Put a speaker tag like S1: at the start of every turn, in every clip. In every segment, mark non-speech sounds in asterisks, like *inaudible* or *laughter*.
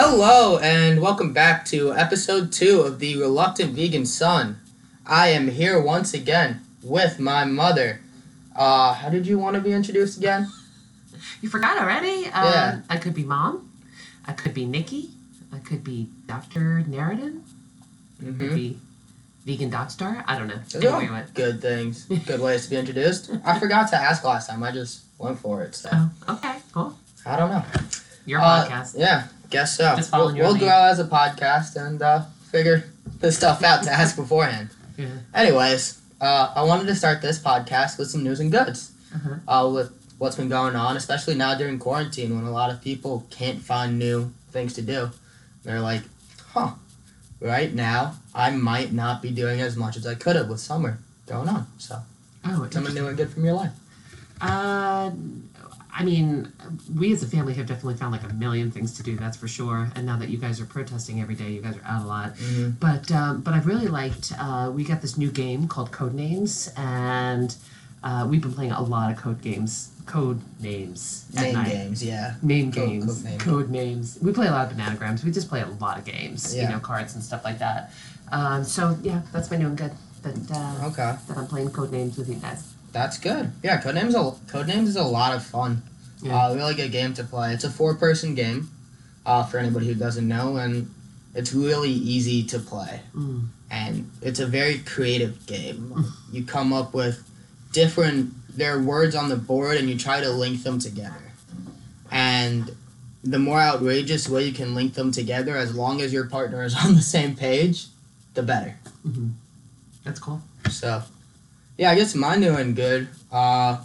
S1: Hello, and welcome back to episode two of The Reluctant Vegan Son. I am here once again with my mother. Uh, how did you want to be introduced again?
S2: You forgot already? Um,
S1: Yeah.
S2: I could be mom. I could be Nikki. I could be Dr. Narendon. I could
S1: Mm-hmm.
S2: be vegan dot star. I don't know.
S1: Those are all
S2: Anyway, what?
S1: good things, good ways to be introduced. I forgot to ask last time. I just went for it. So
S2: Oh, okay, cool.
S1: I don't know.
S2: Your
S1: Uh,
S2: podcast. Oh,
S1: Yeah, guess so.
S2: Just
S1: we'll
S2: following your
S1: we'll
S2: lead.
S1: grow as a podcast and uh, figure this stuff out to ask beforehand.
S2: Yeah.
S1: Anyways, uh, I wanted to start this podcast with some news and goods.
S2: Uh-huh.
S1: Uh, with what's been going on, especially now during quarantine when a lot of people can't find new things to do. They're like, huh, right now I might not be doing as much as I could have with summer going on. So,
S2: Oh, it's
S1: something new and good from your life.
S2: Uh, I mean, we as a family have definitely found like a million things to do. That's for sure. And now that you guys are protesting every day, you guys are out a lot.
S1: Mhm.
S2: But um, but I've really liked. Uh, we got this new game called Code Names, and uh, we've been playing a lot of code games. Code names at
S1: Name
S2: night.
S1: games, yeah.
S2: Name
S1: Code-
S2: games,
S1: code names.
S2: code names. We play a lot of bananagrams. We just play a lot of games,
S1: Yeah.
S2: you know, cards and stuff like that. Um, so yeah, that's my new and good. That uh,
S1: Okay,
S2: that I'm playing code names with you guys.
S1: that's good. Yeah, Codenames, a, Codenames is a lot of fun.
S2: Yeah.
S1: Uh, really good game to play. It's a four person game uh, for anybody who doesn't know, and it's really easy to play.
S2: Mm.
S1: and it's a very creative game. You come up with different there are words on the board and you try to link them together. And the more outrageous way you can link them together as long as your partner is *laughs* on the same page, the better.
S2: hmm That's cool.
S1: So yeah, I guess mine doing good. Uh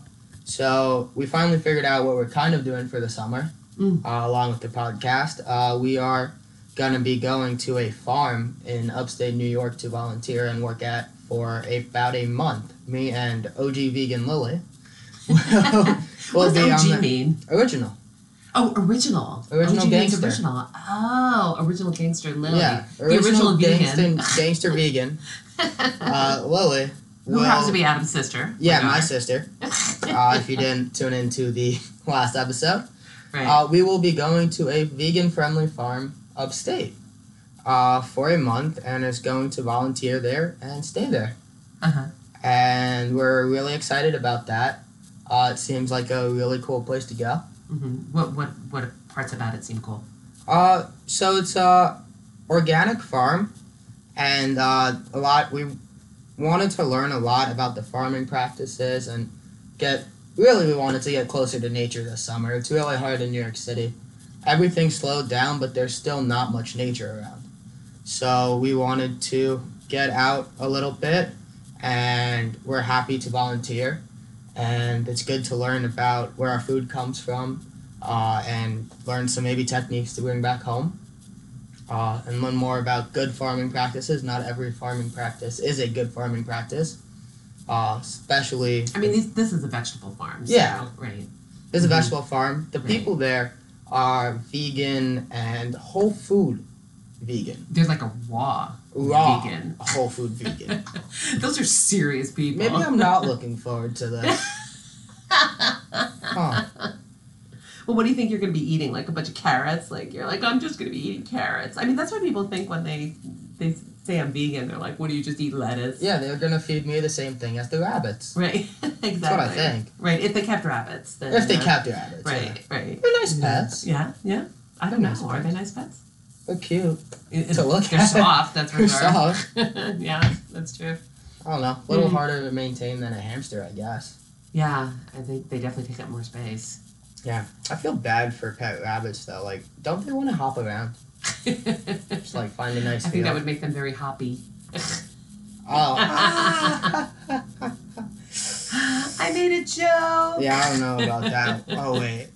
S1: so we finally figured out what we're kind of doing for the summer,
S2: Mm.
S1: uh, along with the podcast. Uh, we are gonna be going to a farm in upstate New York to volunteer and work at for about a month. Me and OG Vegan
S2: *laughs*
S1: Lily. will will
S2: what
S1: be on
S2: does OG
S1: the um,
S2: mean?
S1: original.
S2: Oh, original.
S1: Original
S2: OG means
S1: gangster.
S2: Original. Oh, original gangster Lily. *laughs*
S1: Yeah,
S2: original vegan. *laughs*
S1: gangster, gangster vegan. Uh, Lily.
S2: Who happens
S1: will-
S2: to be Adam's sister?
S1: Yeah,
S2: Whatever.
S1: my sister.
S2: *laughs*
S1: Uh, if you didn't tune into the *laughs* last episode,
S2: right.
S1: uh, we will be going to a vegan friendly farm upstate uh, for a month and is going to volunteer there and stay there.
S2: uh-huh.
S1: And we're really excited about that. Uh, it seems like a really cool place to go.
S2: hmm What what what parts about it seem cool?
S1: Uh, so it's a organic farm, and uh, a lot we wanted to learn a lot about the farming practices and get really we wanted to get closer to nature this summer. It's really hard in New York City. Everything slowed down, but there's still not much nature around. So we wanted to get out a little bit, and we're happy to volunteer. And it's good to learn about where our food comes from uh, and learn some maybe techniques to bring back home uh, and learn more about good farming practices. Not every farming practice is a good farming practice, uh, especially
S2: I mean, these, this is a vegetable farm. So,
S1: Yeah.
S2: Right.
S1: there's a
S2: Mhm.
S1: vegetable farm. The
S2: Right.
S1: people there are vegan and whole food vegan,
S2: They're like a raw
S1: raw
S2: vegan.
S1: whole food
S2: *laughs*
S1: vegan.
S2: Those are serious people.
S1: Maybe I'm
S2: *laughs*
S1: not looking forward to this. Huh.
S2: Well, what do you think you're going to be eating? Like a bunch of carrots? Like you're like I'm just going to be eating carrots. I mean, that's what people think when they they say I'm vegan. They're like, what do you just eat lettuce?
S1: Yeah, they're gonna feed me the same thing as the rabbits.
S2: Right. *laughs* exactly.
S1: That's what I think.
S2: Right. If they kept rabbits, then
S1: If they
S2: uh,
S1: kept the rabbits, yeah.
S2: Right. Right.
S1: they're nice pets.
S2: Yeah. Yeah. I don't know.
S1: Nice
S2: are
S1: pets.
S2: they nice pets?
S1: They're cute.
S2: It-
S1: To look
S2: they're
S1: at.
S2: soft. That's for
S1: They're
S2: sure.
S1: soft.
S2: *laughs* yeah, that's true.
S1: I don't know. A little
S2: Mhm.
S1: harder to maintain than a hamster, I guess.
S2: Yeah, I think they definitely take up more *laughs* space.
S1: I feel bad for pet rabbits though. Like, don't they want to hop around?
S2: I
S1: Just like find a nice
S2: think
S1: field.
S2: that would make them very hoppy.
S1: Oh. Ah!
S2: *laughs*
S1: *laughs*
S2: I made a joke.
S1: yeah, I don't know about
S2: *laughs*
S1: that. Oh wait.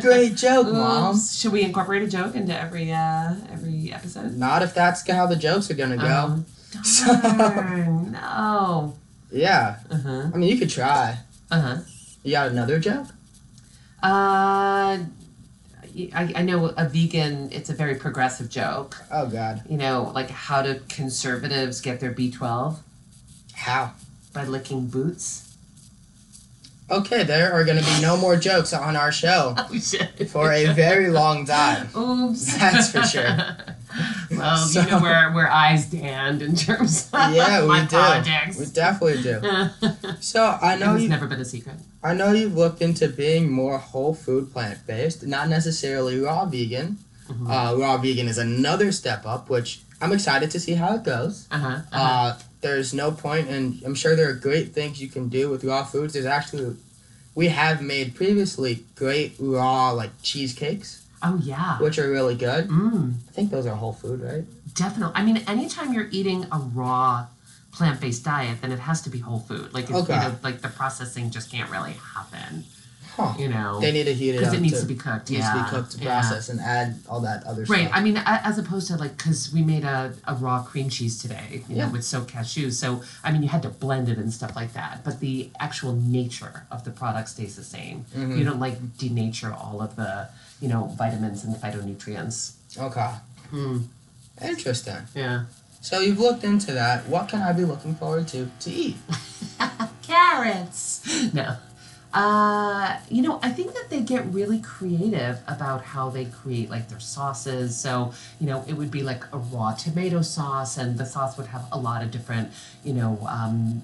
S1: *laughs* Great joke, mom.
S2: Oops. Should we incorporate a joke into every uh every episode?
S1: Not if that's how the jokes are gonna go.
S2: Um,
S1: *laughs*
S2: darn. no.
S1: Yeah.
S2: Uh huh.
S1: I mean, you could try.
S2: Uh huh.
S1: You got another joke?
S2: Uh, I, I know a vegan, it's a very progressive joke.
S1: Oh god.
S2: You know, like how do conservatives get their B12?
S1: How?
S2: By licking boots.
S1: Okay, there are going to be no more jokes on our show
S2: Oh, shit.
S1: for a
S2: *laughs*
S1: very long time. *laughs*
S2: Oops.
S1: That's for
S2: *laughs*
S1: sure.
S2: well,
S1: So-
S2: you know where, where I stand in terms of
S1: Yeah, we
S2: my
S1: do.
S2: projects. *laughs*
S1: We definitely do.
S2: it's
S1: So I know you.
S2: never been a secret.
S1: I know you've looked into being more whole food plant based, not necessarily raw vegan.
S2: Mhm.
S1: Uh, raw vegan is another step up, which I'm excited to see how it goes.
S2: Uh-huh.
S1: uh
S2: uh-huh.
S1: there's no point, and I'm sure there are great things you can do with raw foods. There's actually, we have made previously great raw like cheesecakes,
S2: oh, yeah.
S1: which are really good.
S2: Mm,
S1: I think those are whole food, right?
S2: definitely. I mean, anytime you're eating a raw plant based diet, then it has to be whole food. Like, it's,
S1: Okay.
S2: you know, like the processing just can't really happen,
S1: Huh.
S2: you know?
S1: They need to heat it
S2: Because
S1: up
S2: it needs
S1: to,
S2: to be cooked.
S1: needs
S2: yeah.
S1: to be cooked to
S2: yeah.
S1: process and add all that other
S2: Right.
S1: stuff.
S2: I mean, a- as opposed to like, because we made a, a raw cream cheese today, you
S1: Yeah.
S2: know, with soaked cashews. So, I mean, you had to blend it and stuff like that. But the actual nature of the product stays the same.
S1: Mhm.
S2: You don't like denature all of the, you know, vitamins and phytonutrients.
S1: Okay,
S2: Mm,
S1: interesting.
S2: yeah.
S1: So you've looked into that. What can I be looking forward to to eat?
S2: Carrots. No. Uh, you know, I think that they get really creative about how they create like their sauces. So, you know, it would be like a raw tomato sauce, and the sauce would have a lot of different, you know, um,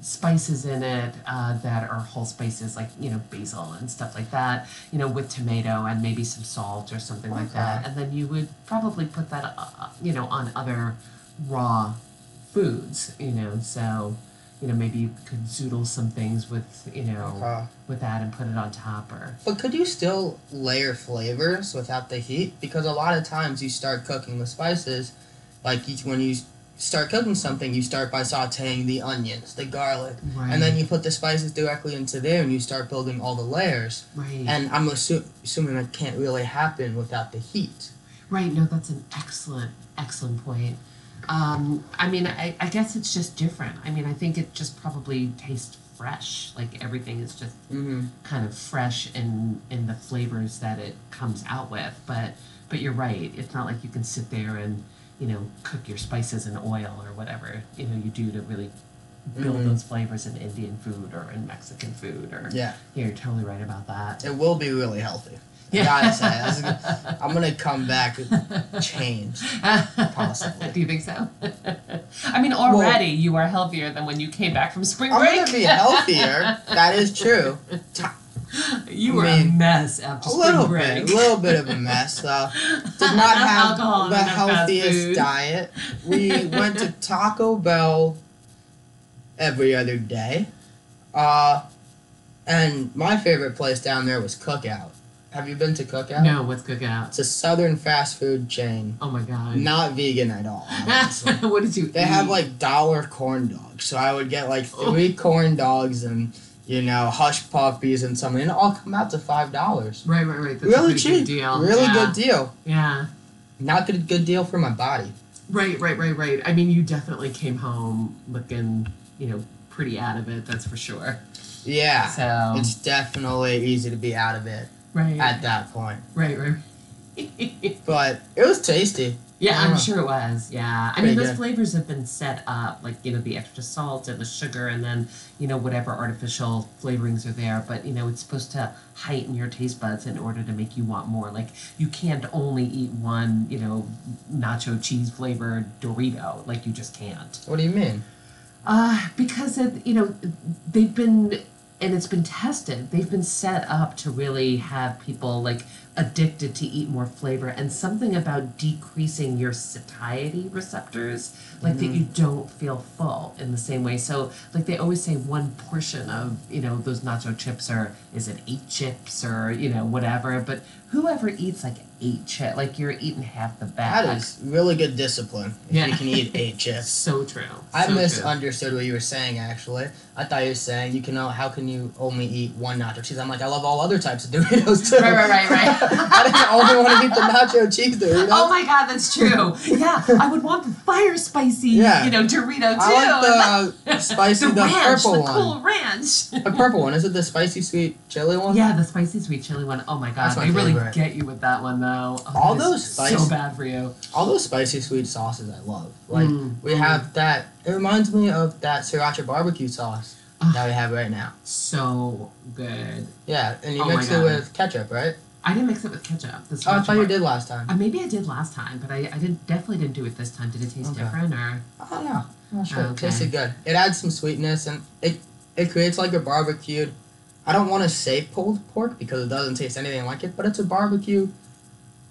S2: spices in it uh, that are whole spices like you know basil and stuff like that you know with tomato and maybe some salt or something like that and then you would probably put that uh, uh, you know on other raw foods you know so you know maybe you could zoodle some things with you know
S1: Okay.
S2: with that and put it on top or
S1: But could you still layer flavors without the heat? Because a lot of times you start cooking with spices, like you, when you start cooking something, you start by sautéing the onions, the garlic,
S2: right
S1: and then you put the spices directly into there, and you start building all the layers.
S2: right
S1: And I'm assu- assuming that can't really happen without the heat.
S2: Right. No, that's an excellent, excellent point. Um, I mean, I, I guess it's just different. I mean, I think it just probably tastes fresh. Like everything is just
S1: Mm-hmm.
S2: kind of fresh in in the flavors that it comes out with. But but you're right. It's not like you can sit there and you know cook your spices in oil or whatever you know you do to really build
S1: Mhm.
S2: those flavors in Indian food or in Mexican food. Or
S1: Yeah,
S2: yeah, you're totally right about that.
S1: it will be really healthy. I gotta say, that's a good- I'm gonna come back changed.
S2: *laughs*
S1: Possibly.
S2: Do you think so? I mean, already you are healthier than when you came back from spring
S1: I'm
S2: break.
S1: gonna be healthier. That is true.
S2: *laughs* you were
S1: I mean,
S2: a mess after
S1: A
S2: spring
S1: little
S2: break.
S1: bit, a little bit of a mess.
S2: *laughs*
S1: Uh, did not
S2: Enough
S1: have
S2: alcohol and
S1: the
S2: enough fast
S1: healthiest
S2: food.
S1: diet.
S2: *laughs*
S1: We went to Taco Bell every other day, uh, and my favorite place down there was Cookout. Have you been to Cookout?
S2: No, what's cooking out?
S1: It's a southern fast food chain,
S2: Oh my god.
S1: not vegan at all. Honestly.
S2: *laughs* what did you?
S1: They
S2: eat?
S1: have like dollar corn dogs. So I would get like
S2: Oh.
S1: three corn dogs and, you know, hush puppies and something. And it all come out to five dollars.
S2: Right, right, right. That's a
S1: Really
S2: pretty good
S1: cheap.
S2: deal.
S1: Really
S2: yeah.
S1: good deal.
S2: Yeah.
S1: Not good good deal for my body.
S2: Right, right, right, right. I mean, you definitely came home looking, you know, pretty out of it. That's for sure.
S1: Yeah.
S2: So
S1: It's definitely easy to be out of it
S2: right,
S1: at that point.
S2: right, right. *laughs*
S1: But it was tasty. Yeah.
S2: Yeah, I'm sure it was. Yeah. I
S1: Ah. Pretty
S2: mean, those
S1: good.
S2: flavors have been set up, like, you know, the extra salt and the sugar and then, you know, whatever artificial flavorings are there. But, you know, it's supposed to heighten your taste buds in order to make you want more. Like, you can't only eat one, you know, nacho cheese flavored Dorito. Like, you just can't.
S1: What do you mean?
S2: Uh, because it, you know, they've been and it's been tested. They've been set up to really have people like addicted to eat more flavor and something about decreasing your satiety receptors, like
S1: Mm-hmm.
S2: that you don't feel full in the same way. So like they always say one portion of, you know, those nacho chips are is it eight chips or, you know, whatever. But whoever eats like eight chips like you're eating half the bag.
S1: That is really good discipline if you
S2: Yeah.
S1: can eat
S2: *laughs*
S1: eight chips.
S2: so true.
S1: I
S2: so true.
S1: misunderstood what you were saying. Actually, I thought you were saying you can. o- How can you only eat one nacho cheese? I'm like, I love all other types of *laughs* Doritos too.
S2: Right, right, right, right.
S1: *laughs* I didn't only want to eat the nacho cheese Doritos.
S2: Oh my god, that's true. Yeah, I would want the fire spicy,
S1: Yeah.
S2: you know, Dorito too.
S1: I like the spicy, the,
S2: ranch,
S1: purple
S2: *laughs* the
S1: one.
S2: cool ranch.
S1: The purple one is it the spicy sweet chili one?
S2: Yeah, the spicy sweet chili one. Oh my god,
S1: That's my
S2: they really
S1: favorite.
S2: get you with that one though. Oh,
S1: All
S2: that is
S1: those spice-
S2: so bad for you.
S1: All those spicy sweet sauces I love. Like
S2: Mm,
S1: we have that. It reminds me of that sriracha barbecue sauce.
S2: Ah.
S1: that we have right now.
S2: So good.
S1: Yeah, and you
S2: Oh my
S1: mix it
S2: God.
S1: with ketchup, right?
S2: I didn't mix it with ketchup. This
S1: Oh, I
S2: much
S1: thought you
S2: more-
S1: did last time.
S2: Uh, maybe I did last time, but I, I didn't definitely didn't do it this time. Did it taste
S1: Okay.
S2: different
S1: I
S2: or?
S1: don't know. Oh, I'm not sure. It
S2: Oh, Okay.
S1: tasted good. It adds some sweetness and it it creates like a barbecued. I don't want to say pulled pork because it doesn't taste anything like it, but it's a barbecue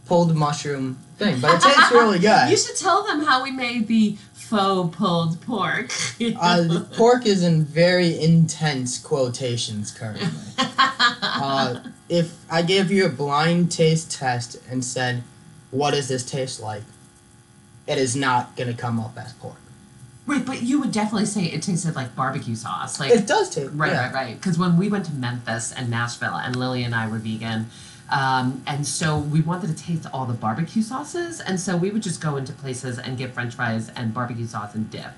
S1: pulled mushroom thing. But it tastes
S2: *laughs*
S1: really
S2: You
S1: good.
S2: should tell them how we made the faux pulled pork. *laughs*
S1: Uh, the pork is in very intense quotations
S2: *laughs*
S1: currently. Uh, if I gave you a blind taste test and said, "What does this taste like?" It is not gonna come up as pork.
S2: right, but you would definitely say it tasted like barbecue sauce. Like
S1: It does taste
S2: Right,
S1: yeah.
S2: right, right. Because when we went to Memphis and Nashville, and Lily and I were vegan, um, and so we wanted to taste all the barbecue sauces, and so we would just go into places and get French fries and barbecue sauce and dip,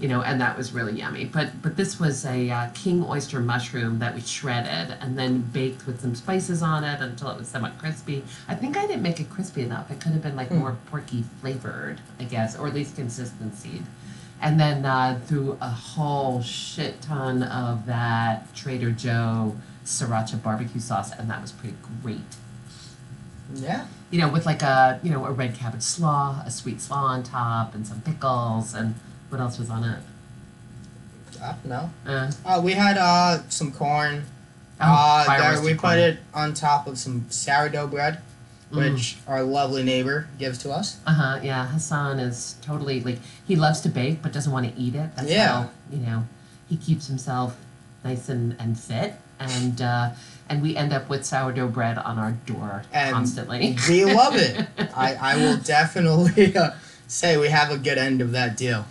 S2: you know, and that was really yummy. But but this was a uh, king oyster mushroom that we shredded and then baked with some spices on it until it was somewhat crispy. I think I didn't make it crispy enough. It could have been like
S1: Hmm.
S2: more porky flavored, I guess, or at least consistency and then uh, threw a whole shit ton of that Trader Joe sriracha barbecue sauce, and that was pretty great.
S1: Yeah.
S2: You know, with like a you know a red cabbage slaw, a sweet slaw on top, and some pickles, and what else was on it?
S1: I don't know.
S2: Uh,
S1: Uh, we had uh, some corn.
S2: oh,
S1: uh,
S2: fire
S1: there
S2: roasted
S1: we
S2: corn. Mm.
S1: put it on top of some sourdough bread, which our lovely neighbor gives to us.
S2: Uh huh. Yeah, Hassan is totally like he loves to bake, but doesn't want to eat it. That's
S1: Yeah.
S2: how you know he keeps himself nice and and fit, and uh, and we end up with sourdough bread on our door
S1: And
S2: constantly.
S1: *laughs* we love
S2: *laughs*
S1: it. I, I will definitely uh, say we have a good end of that deal.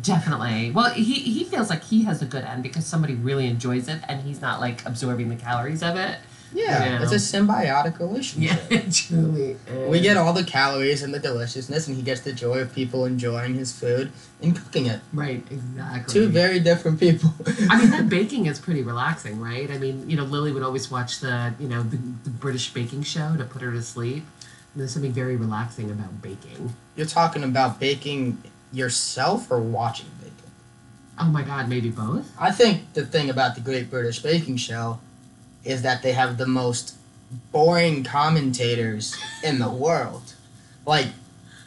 S2: Definitely. Well, he he feels like he has a good end because somebody really enjoys it, and he's not like absorbing the calories of it. *laughs*
S1: Yeah,
S2: Yeah.
S1: it's a symbiotic relationship.
S2: it truly. Is.
S1: We get all the calories and the deliciousness, and he gets the joy of people enjoying his food and cooking it.
S2: right exactly.
S1: Two very different people.
S2: I mean, that baking is pretty relaxing, right? I mean, you know, Lily would always watch the, you know, the, the British baking show to put her to sleep. And there's something very relaxing about baking.
S1: *laughs* You're talking about baking yourself or watching baking?
S2: Oh my God, maybe both?
S1: I think the thing about the Great British Baking Show is that they have the most boring commentators in the world. Like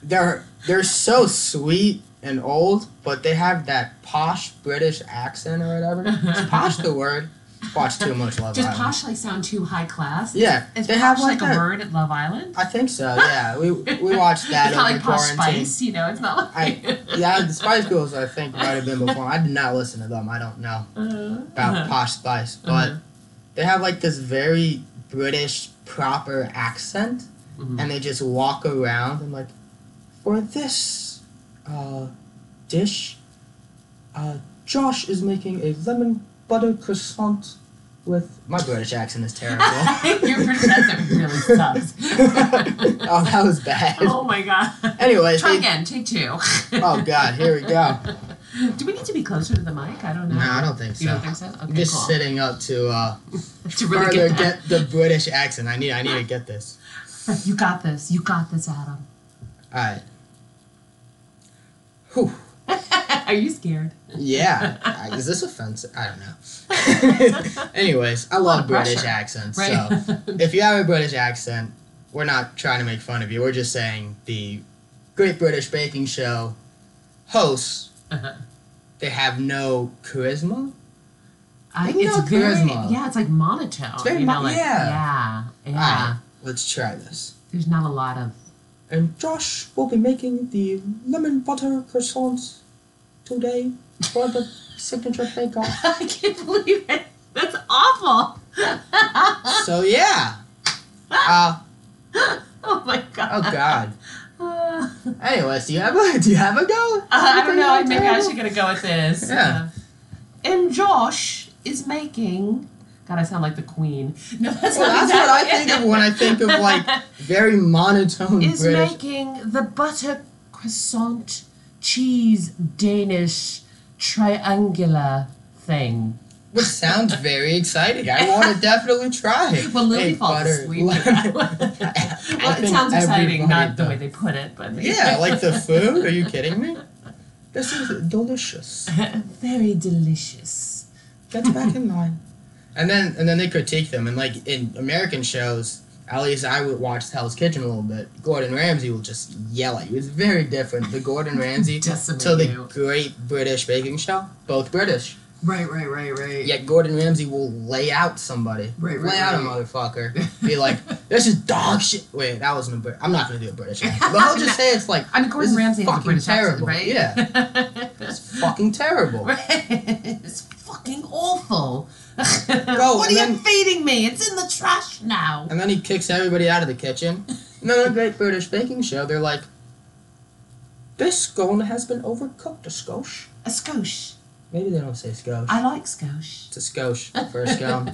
S1: they're they're so sweet and old, but they have that posh British accent or whatever. Is
S2: *laughs*
S1: posh the word? Watch too much Love
S2: Does
S1: Island.
S2: posh like sound too high class?
S1: Yeah,
S2: Is
S1: they
S2: posh
S1: have
S2: like,
S1: like,
S2: a
S1: that-
S2: word at Love Island?
S1: I think so. Yeah, we we watched that
S2: it's not
S1: over
S2: like posh
S1: quarantine.
S2: spice, you know, it's not like.
S1: Yeah, the Spice
S2: *laughs*
S1: Girls I think might have been before. I did not listen to them. I don't know. about
S2: *laughs* Uh,
S1: posh spice, but
S2: Uh-huh.
S1: they have like this very British proper accent,
S2: mhm.
S1: and they just walk around and like, for this uh, dish, uh, Josh is making a lemon butter croissant with my British accent is terrible.
S2: *laughs*
S1: *laughs*
S2: Your perception really sucks.
S1: oh, that was bad.
S2: *laughs* oh my God.
S1: Anyway,
S2: Try
S1: they,
S2: again, take two.
S1: oh god, here we go.
S2: *laughs* Do we need to be closer to the mic? I don't know.
S1: No, I don't think so.
S2: You don't think so? Okay,
S1: I'm just
S2: cool.
S1: sitting up to uh,
S2: *laughs* to really
S1: further
S2: get, that.
S1: get the British accent. I need I need to get this.
S2: You got this. You got this, Adam. *laughs*
S1: All right. Whew.
S2: Are you scared?
S1: Yeah. I- Is this offensive? I don't know. *laughs* Anyways, I
S2: lot
S1: love
S2: of
S1: British
S2: pressure,
S1: accents.
S2: Right. *laughs*
S1: So if you have a British accent, we're not trying to make fun of you. We're just saying the Great British Baking Show hosts, they have no charisma.
S2: I,
S1: You
S2: it's
S1: know,
S2: very
S1: charisma.
S2: yeah. It's like monotone.
S1: It's very
S2: you know,
S1: mo- Ah.
S2: like, yeah, yeah,
S1: Alright. Let's try this.
S2: There's not a lot of *laughs*
S1: And Josh will be making the lemon butter croissants today for the signature bake-off.
S2: I can't believe it. That's awful. *laughs*
S1: So yeah. Uh,
S2: Oh my god.
S1: oh God.
S2: Uh, *laughs*
S1: Anyways, do you have a *laughs* do you have a go?
S2: I don't know. Maybe I
S1: Terrible.
S2: should gonna go with this.
S1: Yeah.
S2: Uh, and Josh is making. God, I sound like the queen. *laughs* No, that's
S1: Well,
S2: not
S1: that's what I
S2: exactly
S1: think of
S2: it.
S1: when I think of
S2: *laughs*
S1: like very monotone
S2: is
S1: British.
S2: making the butter croissant cheese Danish triangular thing.
S1: Which sounds very exciting. I
S2: *laughs*
S1: want to definitely try. it.
S2: Well, Lily
S1: A
S2: falls
S1: butter-
S2: asleep. well,
S1: *laughs* I
S2: it
S1: think
S2: sounds exciting,
S1: everybody
S2: not the way
S1: does.
S2: they put it, but *laughs*
S1: yeah, like the food. Are you kidding me? This is delicious.
S2: very delicious.
S1: Get back in line. And then and then they critique them and like in American shows, at least I would watch Hell's Kitchen a little bit. Gordon Ramsay will just yell at you. It's very different. The Gordon
S2: *laughs*
S1: Ramsay
S2: Decimate
S1: to the
S2: you.
S1: Great British Baking Show, both British.
S2: Right, right, right, right.
S1: Yet Gordon Ramsay will lay out somebody,
S2: Right, right,
S1: lay out a
S2: right.
S1: motherfucker, be
S2: *laughs*
S1: like, "This is dog shit." Wait, that wasn't a Brit. I'm not gonna do a British accent,
S2: *laughs*
S1: but I'll just say it's like
S2: I mean, Gordon
S1: This is
S2: Ramsay has a
S1: fucking
S2: British
S1: terrible.
S2: accent, right? Yeah.
S1: it's fucking terrible.
S2: *laughs* it's fucking awful. *laughs* what
S1: and
S2: are you
S1: then-
S2: feeding me? It's in the trash now.
S1: And then he kicks everybody out of the kitchen. And then on Great British Baking Show, they're like, "This scone has been overcooked a skosh."
S2: A skosh.
S1: Maybe they don't say skosh.
S2: I like skosh. *laughs*
S1: It's a skosh for a scone.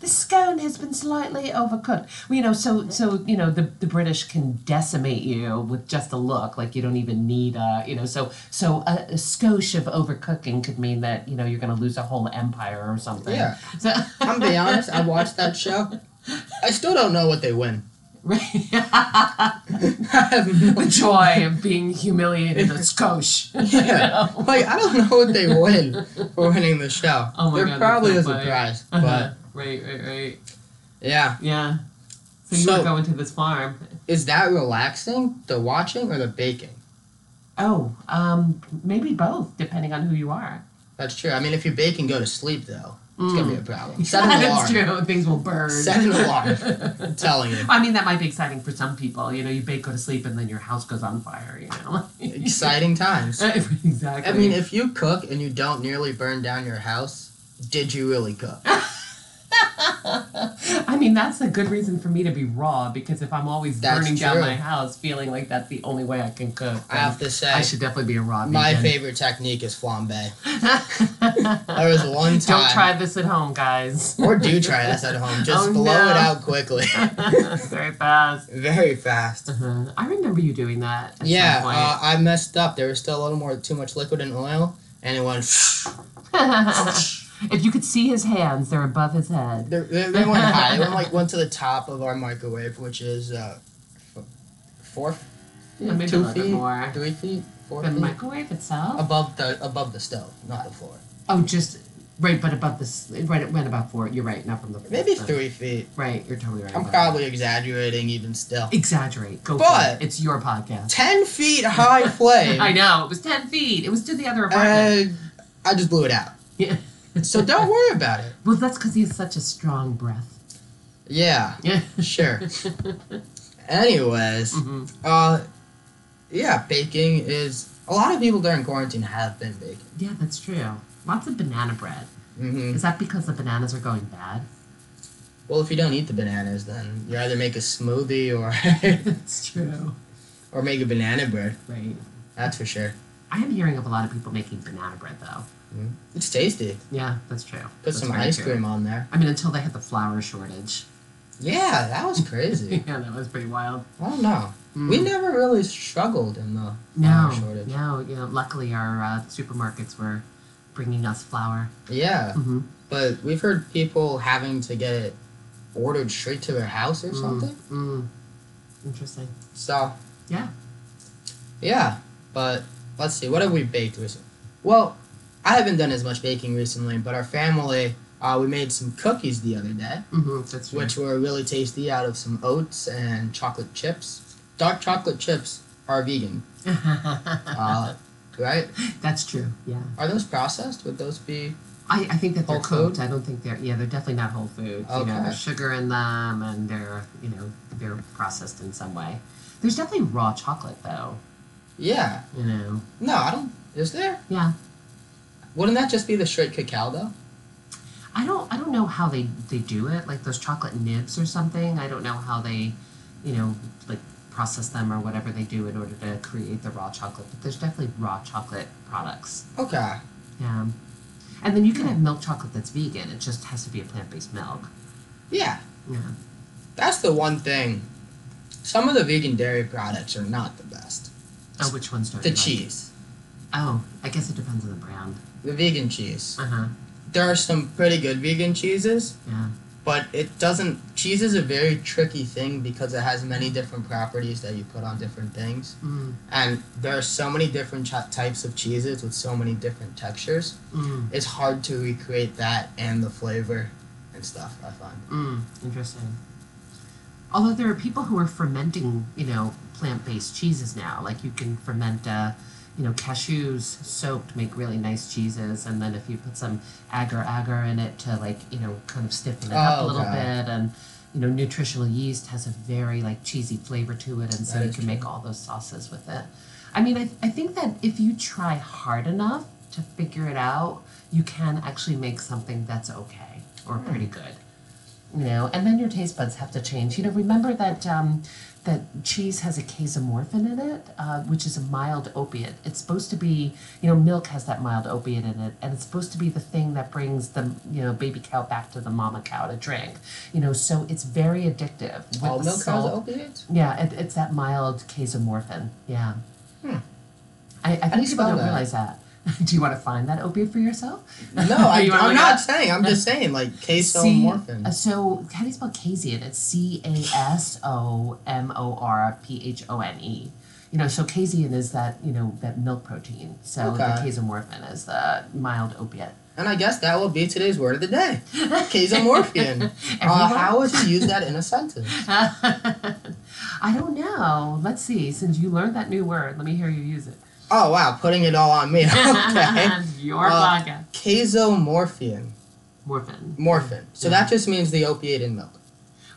S2: the scone has been slightly overcooked. Well, you know, so so you know the, the British can decimate you with just a look, like you don't even need a you know. So so a, a skosh of overcooking could mean that you know you're going to lose a whole empire or something.
S1: Yeah.
S2: So,
S1: I'm
S2: *laughs*
S1: gonna be honest. I watched that show. I still don't know what they win. *laughs*
S2: Right. *laughs*
S1: I have no
S2: the joy of being humiliated at skosh.
S1: Uh-huh.
S2: You *laughs*
S1: Yeah.
S2: know?
S1: Like I don't know what they win for winning the show.
S2: Oh my
S1: there
S2: God,
S1: probably
S2: that's
S1: is
S2: so
S1: a
S2: funny.
S1: prize,
S2: Uh-huh.
S1: but
S2: Right, right, right.
S1: yeah.
S2: Yeah. So you
S1: So-
S2: were going to this farm.
S1: Is that relaxing, the watching or the baking?
S2: Oh, um, maybe both, depending on who you are.
S1: That's true. I mean, if you're baking, go to sleep though. It's gonna be a
S2: *laughs*
S1: problem. *laughs* Set an
S2: Mm. That's
S1: alarm.
S2: true. Things will burn.
S1: Set an
S2: *laughs*
S1: alarm. I'm telling you.
S2: I mean, that might be exciting for some people. You know, you bake, go to sleep, and then your house goes on fire. You know, *laughs*
S1: Exciting times.
S2: exactly.
S1: I mean, if you cook and you don't nearly burn down your house, did you really cook?
S2: I mean, that's a good reason for me to be raw because if I'm always
S1: That's
S2: burning down
S1: true.
S2: my house, feeling like that's the only way I can cook,
S1: I have to say,
S2: I should definitely be a raw
S1: my
S2: vegan.
S1: favorite technique is flambe. *laughs* There was one time.
S2: Don't try this at home, guys. *laughs*
S1: Or do try this at home. Just
S2: Oh,
S1: blow
S2: no.
S1: it out quickly. *laughs*
S2: Very fast.
S1: Very
S2: *laughs*
S1: fast.
S2: Uh-huh. I remember you doing that. At
S1: Yeah,
S2: some point.
S1: uh, I messed up. There was still a little more, too much liquid in oil, and it went. *laughs* uh,
S2: *laughs* if you could see his hands, they're above his head.
S1: they, they, they went high. It went like went to the top of our microwave, which is uh, f- four,
S2: Yeah, maybe a
S1: two
S2: little bit
S1: feet,
S2: more.
S1: three feet, four
S2: The
S1: feet
S2: microwave itself?
S1: above the above the stove, not the floor.
S2: Oh, just right, but above this, right, it went about four. You're right, not from the
S1: Maybe
S2: but-
S1: three feet.
S2: Right, you're totally right.
S1: I'm
S2: about
S1: probably exaggerating even still.
S2: that. exaggerate. Go for
S1: But-
S2: it. It's your podcast.
S1: Ten feet *laughs* high flame.
S2: *laughs* I know it was ten feet. It was to the other apartment.
S1: Uh, I just blew it out.
S2: yeah.
S1: So don't worry about it.
S2: Well, that's because he has such a strong breath. *laughs* Mm-hmm.
S1: Yeah,
S2: Yeah.
S1: sure. Anyways,
S2: Mhm.
S1: uh, yeah, baking is a lot of people during quarantine have been baking.
S2: Yeah, that's true. Lots of banana bread.
S1: hmm
S2: Is that because the bananas are going bad?
S1: Well, if you don't eat the bananas, then you either make a smoothie or *laughs*
S2: That's true.
S1: or make a banana bread.
S2: Right.
S1: That's for sure.
S2: I am hearing of a lot of people making banana bread though.
S1: It's tasty.
S2: Yeah, that's true.
S1: Put
S2: That's
S1: some
S2: very
S1: ice
S2: true.
S1: cream on there.
S2: I mean, until they had the flour shortage.
S1: Yeah, that was crazy.
S2: *laughs* yeah, that was pretty wild.
S1: I don't know.
S2: Mm.
S1: We never really struggled in the
S2: No,
S1: flour shortage.
S2: no, you know, luckily our uh, supermarkets were bringing us flour.
S1: Yeah,
S2: Mm-hmm.
S1: but we've heard people having to get it ordered straight to their house or something.
S2: Mm. Interesting.
S1: So
S2: Yeah.
S1: yeah, but let's see. What have we baked recently? Well, I haven't done as much baking recently, but our family uh, we made some cookies the other day.
S2: Mm-hmm. That's *laughs* true.
S1: which were really tasty out of some oats and chocolate chips. Dark chocolate chips are
S2: *laughs*
S1: vegan, uh, right?
S2: that's true. Yeah.
S1: Are those processed? Would those be?
S2: I, I think that they're
S1: Whole
S2: cooked.
S1: food?
S2: I don't think they're yeah they're definitely not whole foods. You know,
S1: Okay.
S2: there's sugar in them and they're you know they're processed in some way. There's definitely raw chocolate though.
S1: Yeah.
S2: You know.
S1: No, I don't. Is there?
S2: Yeah.
S1: Wouldn't that just be the straight cacao though?
S2: I don't I don't know how they they do it like those chocolate nibs or something. I don't know how they, you know, like process them or whatever they do in order to create the raw chocolate. But there's definitely raw chocolate products.
S1: Okay.
S2: Yeah. And then you can have milk chocolate that's vegan. It just has to be a plant-based milk.
S1: Yeah,
S2: Yeah.
S1: that's the one thing. Some of the vegan dairy products are not the best.
S2: Oh, which ones don't
S1: The
S2: you like?
S1: cheese,
S2: Oh, I guess it depends on the brand.
S1: the vegan cheese.
S2: Uh huh.
S1: There are some pretty good vegan cheeses,
S2: Yeah.
S1: but it doesn't. Cheese is a very tricky thing because it has many different properties that you put on different things,
S2: Mm,
S1: and there are so many different ch- types of cheeses with so many different textures.
S2: mm,
S1: It's hard to recreate that and the flavor and stuff. I find.
S2: mm. Interesting. Although there are people who are fermenting,
S1: Mm.
S2: you know, plant-based cheeses now. Like you can ferment, uh, you know, cashews soaked make really nice cheeses, and then if you put some agar agar in it to like, you know, kind of stiffen it up a
S1: Oh,
S2: little
S1: God.
S2: bit, and you know, nutritional yeast has a very like cheesy flavor to it, and so
S1: That
S2: you
S1: is
S2: can make all those sauces with it. I mean, I, I think that if you try hard enough to figure it out, you can actually make something that's okay or
S1: Hmm.
S2: pretty good. You know, and then your taste buds have to change. You know, remember that um, that cheese has a casomorphin in it, uh, which is a mild opiate. It's supposed to be, you know, milk has that mild opiate in it, and it's supposed to be the thing that brings the you know baby cow back to the mama cow to drink. You know, so it's very addictive. with
S1: All
S2: the
S1: milk has
S2: salt.
S1: opiates.
S2: Yeah, it, it's that mild casomorphin. Yeah.
S1: Hmm.
S2: I, I
S1: do
S2: think
S1: you
S2: people
S1: spell
S2: don't
S1: that?
S2: realize that. *laughs* Do you want to find that opiate for yourself? *laughs*
S1: No, I,
S2: You wanna
S1: I'm
S2: look
S1: not
S2: it
S1: saying. I'm just saying like
S2: C-
S1: casomorphin.
S2: uh, so how do you spell casein? It's C A S O M O R P H O N E. You know, so casein is that you know that milk protein. So
S1: Okay.
S2: the casomorphin is the mild opiate. *laughs*
S1: And I guess that will be today's word of the day.
S2: *laughs*
S1: Casomorphin. uh,
S2: Everyone-
S1: how would you use that in a sentence?
S2: *laughs* I don't know. Let's see. Since you learned that new word, let me hear you use it.
S1: Oh wow, putting it all on me. *laughs*
S2: *laughs*
S1: Okay.
S2: Your
S1: Uh,
S2: vodka.
S1: Casomorphin.
S2: Morphin.
S1: Morphin. So that just means the opiate in milk.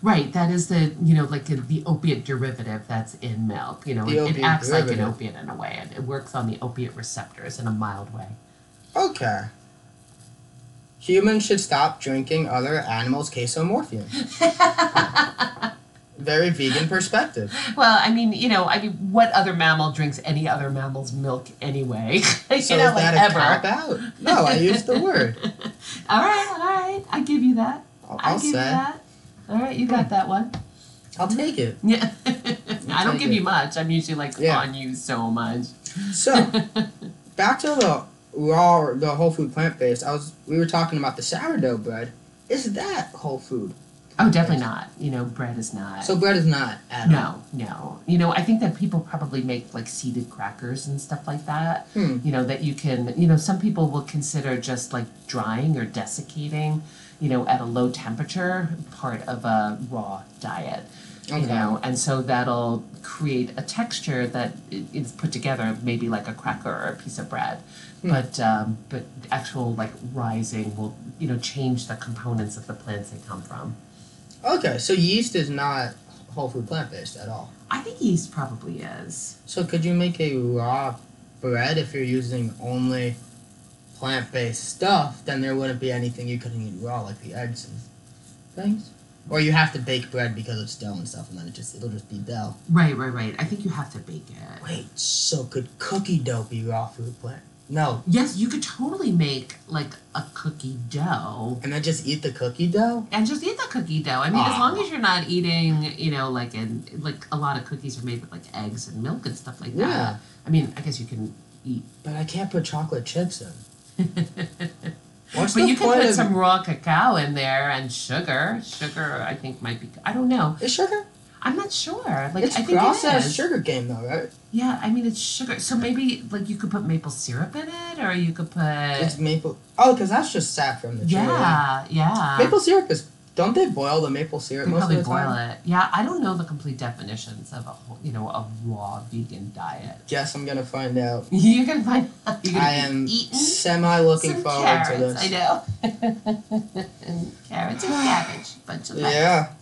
S2: Right, that is the you know like the, the opiate derivative that's in milk. You know,
S1: The
S2: it, it
S1: opiate
S2: acts like an
S1: derivative.
S2: opiate in a way, and it works on the opiate receptors in a mild
S1: *laughs*
S2: way.
S1: Okay. Humans should stop drinking other animals' casomorphin. Very vegan perspective.
S2: Well, I mean, you know, I mean, what other mammal drinks any other mammal's milk anyway? *laughs* *laughs* you
S1: So
S2: know,
S1: is that
S2: like
S1: a
S2: ever.
S1: cop out? No, I used
S2: *laughs*
S1: the word.
S2: All right, all right, I give you that.
S1: I'll,
S2: I
S1: I'll
S2: give you
S1: say. Hmm.
S2: that. All right, you got that one. *laughs*
S1: I'll take it.
S2: Yeah, I don't
S1: take
S2: give
S1: it.
S2: you much. I'm usually like
S1: Yeah.
S2: on you so much.
S1: So *laughs* back to the raw, or the whole food plant based. I was we were talking about the sourdough bread. Is that whole food?
S2: oh, definitely not. You know, bread is not.
S1: So bread is not at all.
S2: Uh, No, no. You know, I think that people probably make like seeded crackers and stuff like that.
S1: Hmm.
S2: You know, that you can, you know, some people will consider just like drying or desiccating, you know, at a low temperature part of a raw diet. You
S1: Okay.
S2: know, and so that'll create a texture that i- is put together, maybe like a cracker or a piece of bread.
S1: Hmm.
S2: But um, but actual like rising will you know change the components of the plants they come from.
S1: Okay, so yeast is not whole food plant based at all.
S2: I think yeast probably is.
S1: So could you make a raw bread if you're using only plant based stuff? Then there wouldn't be anything you couldn't eat raw, like the eggs and things. Or you have to bake bread because it's dough and stuff, and then it just it'll just be dough.
S2: Right, right, right. I think you have to bake it.
S1: Wait, so could cookie dough be raw food plant? No,
S2: Yes, you could totally make like a cookie dough
S1: and then just eat the cookie dough.
S2: and just eat the cookie dough. I mean, as
S1: Aw.
S2: long as you're not eating, you know, like in like a lot of cookies are made with like eggs and milk and stuff like that.
S1: Yeah.
S2: I mean, I guess you can eat,
S1: But I can't put chocolate chips in. *laughs* What's
S2: but
S1: the
S2: you can
S1: point
S2: put
S1: of-
S2: some raw cacao in there and sugar. Sugar, I think, might be. I don't know.
S1: Is sugar?
S2: I'm not sure. Like,
S1: it's
S2: I think
S1: processed
S2: it is.
S1: sugar game though, right?
S2: Yeah, I mean, it's sugar. So maybe like you could put maple syrup in it, or you could put.
S1: It's maple. Oh, because that's just sap from the tree. right?
S2: yeah, yeah.
S1: Maple syrup is. Don't they boil the maple syrup
S2: They
S1: most
S2: probably
S1: of the
S2: boil
S1: time?
S2: it. Yeah, I don't know the complete definitions of a whole, you know, a raw vegan diet. *laughs*
S1: Guess I'm gonna find out.
S2: you can find *laughs* out. You're gonna
S1: I am
S2: be eating
S1: semi looking
S2: some
S1: forward
S2: carrots.
S1: to this.
S2: I know. *laughs* and carrots and cabbage, bunch of
S1: Yeah.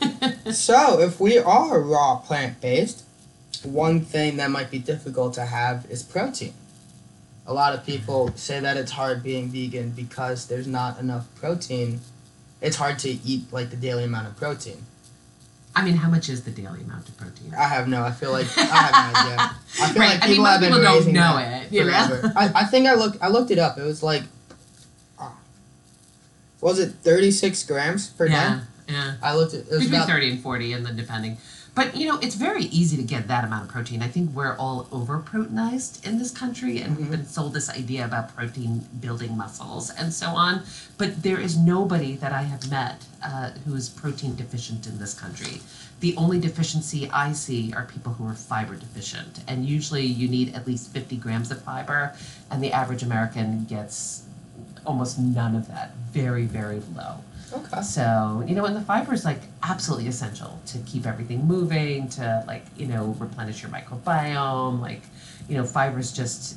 S2: lettuce.
S1: So if we are raw plant based, one thing that might be difficult to have is protein. A lot of people say that it's hard being vegan because there's not enough protein. It's hard to eat like the daily amount of protein.
S2: *laughs* I mean, how much is the daily amount of protein?
S1: I have no. I feel like I have
S2: *laughs*
S1: no idea. I feel
S2: right.
S1: like
S2: I mean,
S1: people
S2: most
S1: have been
S2: people don't
S1: raising
S2: know
S1: that
S2: it. You know?
S1: forever. I, I think I looked I looked it up. It was like ah, was it 36 grams per
S2: yeah,
S1: day?
S2: yeah.
S1: I looked at it was
S2: Between
S1: about
S2: thirty and forty, and then depending. But you know, it's very easy to get that amount of protein. I think we're all over proteinized in this country, and we've been sold this idea about protein building muscles and so on. But there is nobody that I have met uh, who is protein deficient in this country. The only deficiency I see are people who are fiber deficient, and usually you need at least 50 grams of fiber, and the average American gets almost none of that, very, very low.
S1: Okay.
S2: So, you know, and the fiber is like absolutely essential to keep everything moving, to like, you know, replenish your microbiome. Like, you know, fiber is just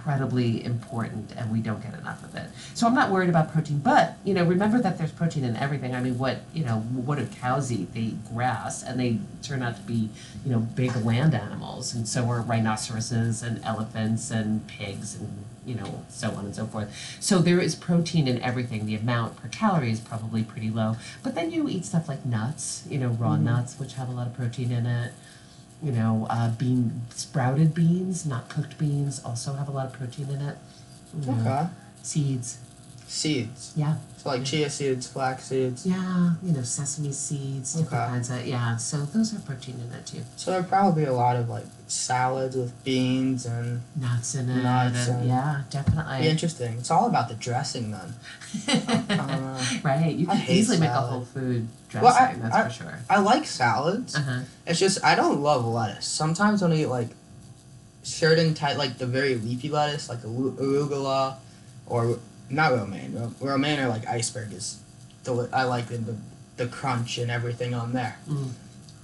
S2: incredibly important and we don't get enough of it. So I'm not worried about protein, but, you know, remember that there's protein in everything. I mean, what, you know, what do cows eat? They eat grass and they turn out to be, you know, big land animals. And so are rhinoceroses and elephants and pigs and, you know, so on and so forth. So there is protein in everything. The amount per calorie is probably pretty low. But then you eat stuff like nuts, you know, raw
S1: Mhm.
S2: nuts, which have a lot of protein in it. You know, uh, bean sprouted beans, not cooked beans, also have a lot of protein in it. You know,
S1: Okay.
S2: Seeds,
S1: Seeds.
S2: yeah,
S1: So like chia seeds, flax seeds.
S2: yeah. You know, sesame seeds, different
S1: Okay.
S2: kinds of yeah. So those have protein in it too.
S1: So there'd probably be a lot of like salads with beans and
S2: Nuts in it.
S1: Nuts
S2: and-
S1: and-
S2: yeah,
S1: be
S2: definitely.
S1: interesting. It's all about the dressing then. Uh,
S2: *laughs* right, you
S1: I
S2: can
S1: hate
S2: easily make a
S1: salad.
S2: whole food dressing.
S1: Well, I-
S2: that's
S1: I-
S2: for sure.
S1: I like salads.
S2: Uh huh.
S1: It's just I don't love lettuce. Sometimes when I eat like certain type, like the very leafy lettuce, like aru- arugula, or not romaine. Ro- Romaine or like iceberg is, deli- I like the, the the crunch and everything on there.
S2: Mm.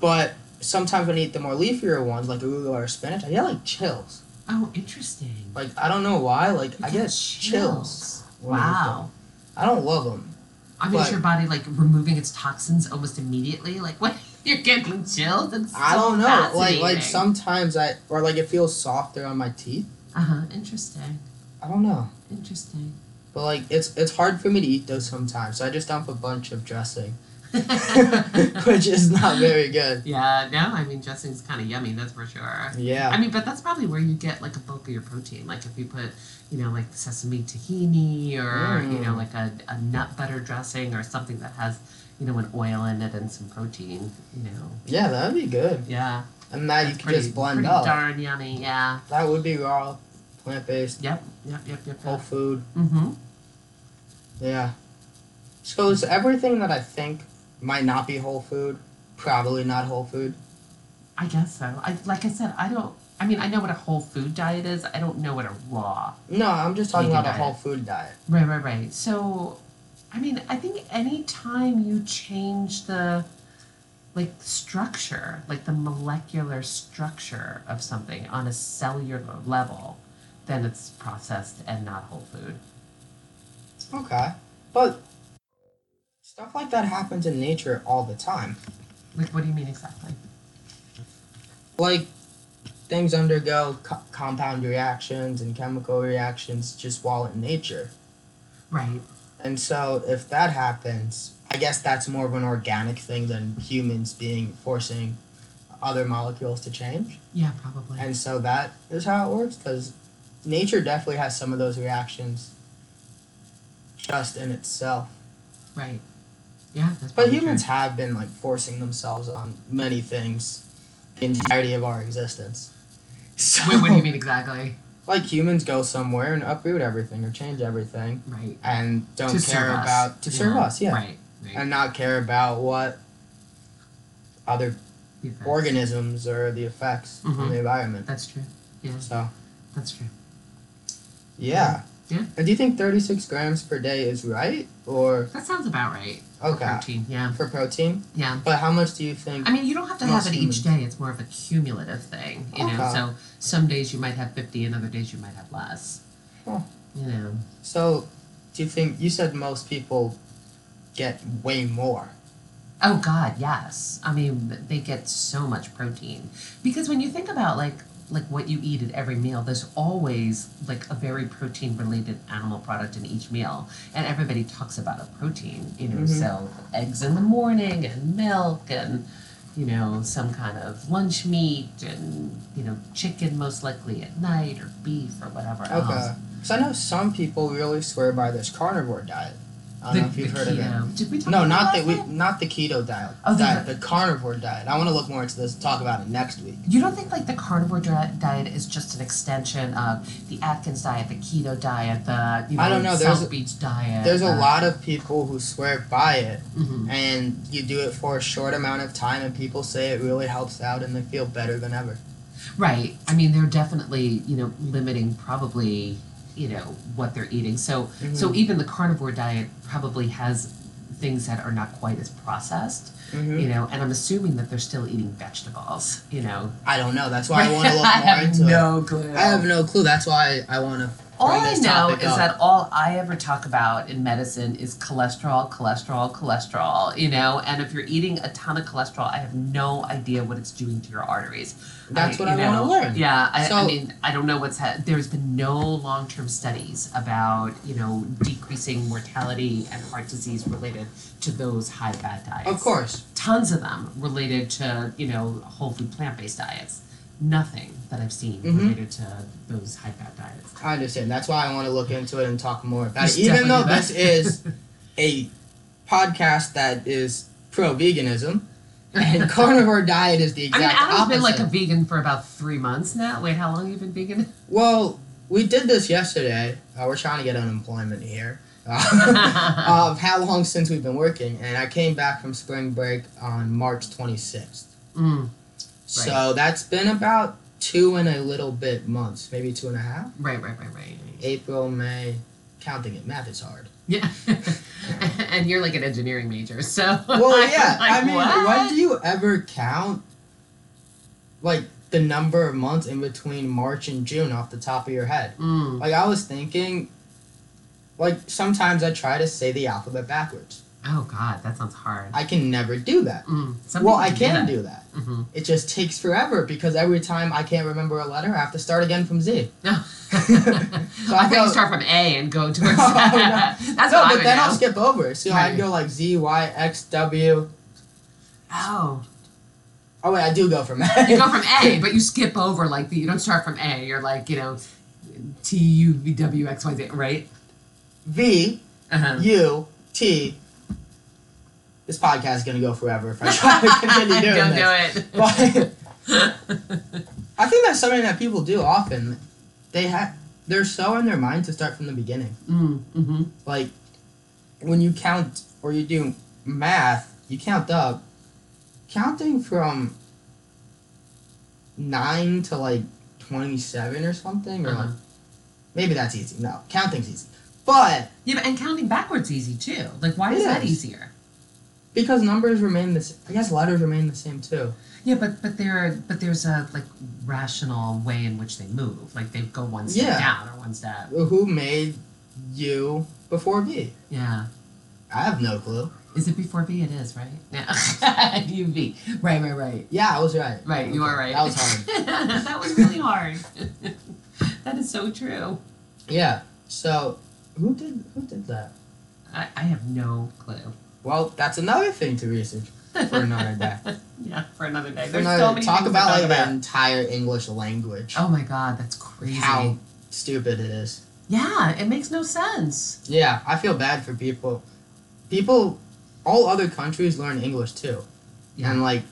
S1: But sometimes when I eat the more leafier ones, like arugula or spinach, I get like chills.
S2: Oh, interesting.
S1: Like I don't know why. Like I
S2: You
S1: get chills. when I eat them.
S2: Wow.
S1: I don't love them.
S2: I mean, is
S1: But-
S2: your body like removing its toxins almost immediately? Like, what? *laughs* You're getting chilled? It's
S1: I don't know.
S2: so
S1: Like like
S2: fascinating.
S1: sometimes I or like it feels softer on my teeth.
S2: Uh-huh. Interesting.
S1: I don't know.
S2: Interesting.
S1: But like it's it's hard for me to eat those sometimes, so I just dump a bunch of
S2: *laughs*
S1: dressing, *laughs* *laughs* which is not very good.
S2: Yeah, no, I mean, dressing's kind of yummy, that's for sure. I
S1: Yeah.
S2: mean, but that's probably where you get like a bulk of your protein. Like if you put, you know, like sesame tahini or, you know,
S1: Mm.
S2: like a, a nut butter dressing or something that has, you know, an oil in it and some protein, you know.
S1: Yeah, that'd be good.
S2: Yeah.
S1: And that you
S2: that's
S1: could
S2: pretty,
S1: just blend
S2: pretty
S1: up.
S2: darn yummy, yeah.
S1: That would be raw, plant based,
S2: Yep, yep, yep, yep.
S1: whole
S2: yep.
S1: food.
S2: Mm-hmm.
S1: Yeah. So is everything that I think might not be whole food probably not whole food?
S2: I guess so. I like I said, I don't. I mean, I know what a whole food diet is. I don't know what a raw.
S1: No, I'm just talking
S2: Vegan
S1: about a
S2: diet.
S1: whole food diet.
S2: Right, right, right. So, I mean, I think any time you change the like structure, like the molecular structure of something on a cellular level, then it's processed and not whole food.
S1: Okay. But stuff like that happens in nature all the time.
S2: Like, what do you mean exactly?
S1: like things undergo co- compound reactions and chemical reactions just while in nature.
S2: Right.
S1: And so if that happens, I guess that's more of an organic thing than humans being forcing other molecules to change.
S2: Yeah, probably.
S1: And so that is how it works cuz nature definitely has some of those reactions just in itself.
S2: right. Yeah, that's
S1: But
S2: probably true.
S1: humans have been like forcing themselves on many things the entirety of our existence. So *laughs*
S2: Wait, what do you mean exactly?
S1: like humans go somewhere and uproot everything or change everything
S2: Right.
S1: and don't
S2: to
S1: care
S2: serve us.
S1: about to serve us, yeah,
S2: Right. right.
S1: and not care about what other
S2: The effects.
S1: organisms or the effects
S2: Mhm.
S1: on the environment.
S2: That's true. Yeah,
S1: So
S2: that's true.
S1: yeah,
S2: Yeah.
S1: And do you think thirty six grams per day is right or
S2: That sounds about right. for
S1: okay
S2: Protein. Yeah.
S1: for protein?
S2: Yeah.
S1: But how much do you think?
S2: I mean, you don't have to
S1: Most
S2: have it
S1: humans.
S2: each day. It's more of a cumulative thing, you know.
S1: Okay.
S2: So some days you might have fifty, and other days you might have less.
S1: Huh.
S2: You know.
S1: So do you think you said most people get way more?
S2: Oh God, yes. I mean, they get so much protein because when you think about like like what you eat at every meal, there's always like a very protein related animal product in each meal, and everybody talks about a protein, you know.
S1: Mhm.
S2: So eggs in the morning and milk and you know some kind of lunch meat and you know chicken most likely at night or beef or whatever
S1: Okay.
S2: else.
S1: Because I know some people really swear by this carnivore diet. I don't know if you've heard of it.
S2: keto. Did we talk
S1: No,
S2: about
S1: not
S2: that
S1: the we,
S2: last night?
S1: not the keto diet,
S2: Oh, the-
S1: diet, the carnivore diet. I want to look more into this. Talk about it next week.
S2: You don't think like the carnivore dri- diet is just an extension of the Atkins diet, the keto diet, the you know,
S1: I don't know, there's
S2: South
S1: a-
S2: Beach diet.
S1: There's a
S2: the-
S1: lot of people who swear by it,
S2: Mhm.
S1: and you do it for a short amount of time, and people say it really helps out, and they feel better than ever.
S2: Right. I mean, they're definitely you know limiting probably you know what they're eating. So
S1: Mm-hmm.
S2: so even the carnivore diet probably has things that are not quite as processed.
S1: Mhm.
S2: You know, and I'm assuming that they're still eating vegetables. You know,
S1: I don't know. That's why I
S2: *laughs*
S1: want to look more
S2: have
S1: into it.
S2: no clue.
S1: I have no clue. That's why I want to.
S2: All
S1: bring
S2: I
S1: this
S2: know
S1: topic um,
S2: is
S1: up.
S2: that all I ever talk about in medicine is cholesterol, cholesterol, cholesterol, you know, and if you're eating a ton of cholesterol, I have no idea what it's doing to your arteries.
S1: That's what
S2: you
S1: I wanna
S2: know,
S1: learn.
S2: Yeah, I, I
S1: So-
S2: mean, I don't know what's ha- there's been no long-term studies about, you know, decreasing mortality and heart disease related to those high fat diets.
S1: Of course.
S2: Tons of them related to, you know, whole food plant-based diets. Nothing that I've seen
S1: Mhm.
S2: related to those high fat diets.
S1: I understand. That's why I want to look into it and talk more about
S2: Let's
S1: it. Even though
S2: definitely do
S1: this
S2: that.
S1: is a podcast that is pro
S2: *laughs*
S1: veganism and carnivore diet is the
S2: *laughs* I mean,
S1: exact
S2: Adam's
S1: opposite.
S2: been like a vegan for about three months now. Wait, how long have you been vegan? *laughs*
S1: well, we did this yesterday. Uh, we're trying to get unemployment here. Uh, *laughs* of how long since we've been working, and I came back from spring break on March 26th.
S2: mm,
S1: So that's been about two and a little bit months, maybe two and a half.
S2: right, right, right, right.
S1: April, May, counting it, math is
S2: *laughs*
S1: hard.
S2: Yeah. and you're like an engineering major, so. *laughs*
S1: Well, yeah.
S2: I'm like,
S1: I mean,
S2: what?
S1: when do you ever count like the number of months in between March and June off the top of your head?
S2: Mm,
S1: Like I was thinking, like sometimes I try to say the alphabet backwards.
S2: Oh, God, that sounds hard.
S1: I can never do that.
S2: Mm, some
S1: Well,
S2: people
S1: I can do that.
S2: that. *laughs*
S1: *laughs*
S2: Mhm.
S1: It just takes forever because every time I can't remember a letter, I have to start again from Z.
S2: No.
S1: So
S2: I
S1: I
S2: think you
S1: go-
S2: start from A
S1: *laughs*
S2: and go towards.
S1: Oh, no.
S2: *laughs* That's
S1: no,
S2: what I
S1: but
S2: would
S1: then
S2: do.
S1: I'll skip over. So
S2: Right.
S1: I'd go like Z Y X W.
S2: Oh,
S1: Oh wait, I do go from
S2: you go from
S1: *laughs*
S2: A, but you skip over like the, you don't start from A. You're like you know, T U V W X Y Z, right?
S1: V
S2: Uh-huh.
S1: U T. This podcast is gonna go forever if I try
S2: *laughs*
S1: to continue doing
S2: Don't
S1: this.
S2: do it.
S1: But *laughs*
S2: *laughs*
S1: I think that's something that people do often. They have they're so in their mind to start from the beginning.
S2: Mm, mm-hmm.
S1: Like when you count or you do math, you count up. Counting from nine to like twenty-seven or something, or like
S2: Uh-huh.
S1: maybe that's easy. No, counting's easy, but
S2: Yeah, but, and counting backwards easy too. Like, why is
S1: It
S2: that
S1: is.
S2: easier?
S1: because numbers remain the, s- I guess letters remain the same too.
S2: Yeah, but but there are, but there's a like rational way in which they move. Like they go one step
S1: Yeah.
S2: down or one step.
S1: Who made you before me?
S2: Yeah.
S1: I have no clue.
S2: Is it before B? It is, right? Yeah. *laughs* you B. Right, right, right.
S1: Yeah, I was right.
S2: Right, you
S1: Okay,
S2: are right.
S1: That was hard.
S2: *laughs* that was really hard. *laughs* that is so true.
S1: yeah. So who did who did that?
S2: I, I have no clue.
S1: Well, that's another thing to research for another day.
S2: *laughs* Yeah, for another day.
S1: For
S2: There's
S1: another-
S2: so many
S1: talk
S2: things to
S1: about like
S2: about.
S1: the entire English language.
S2: Oh my god, that's crazy.
S1: How stupid it is.
S2: Yeah, it makes no sense.
S1: Yeah, I feel bad for people. People, all other countries learn English too,
S2: Yeah.
S1: and like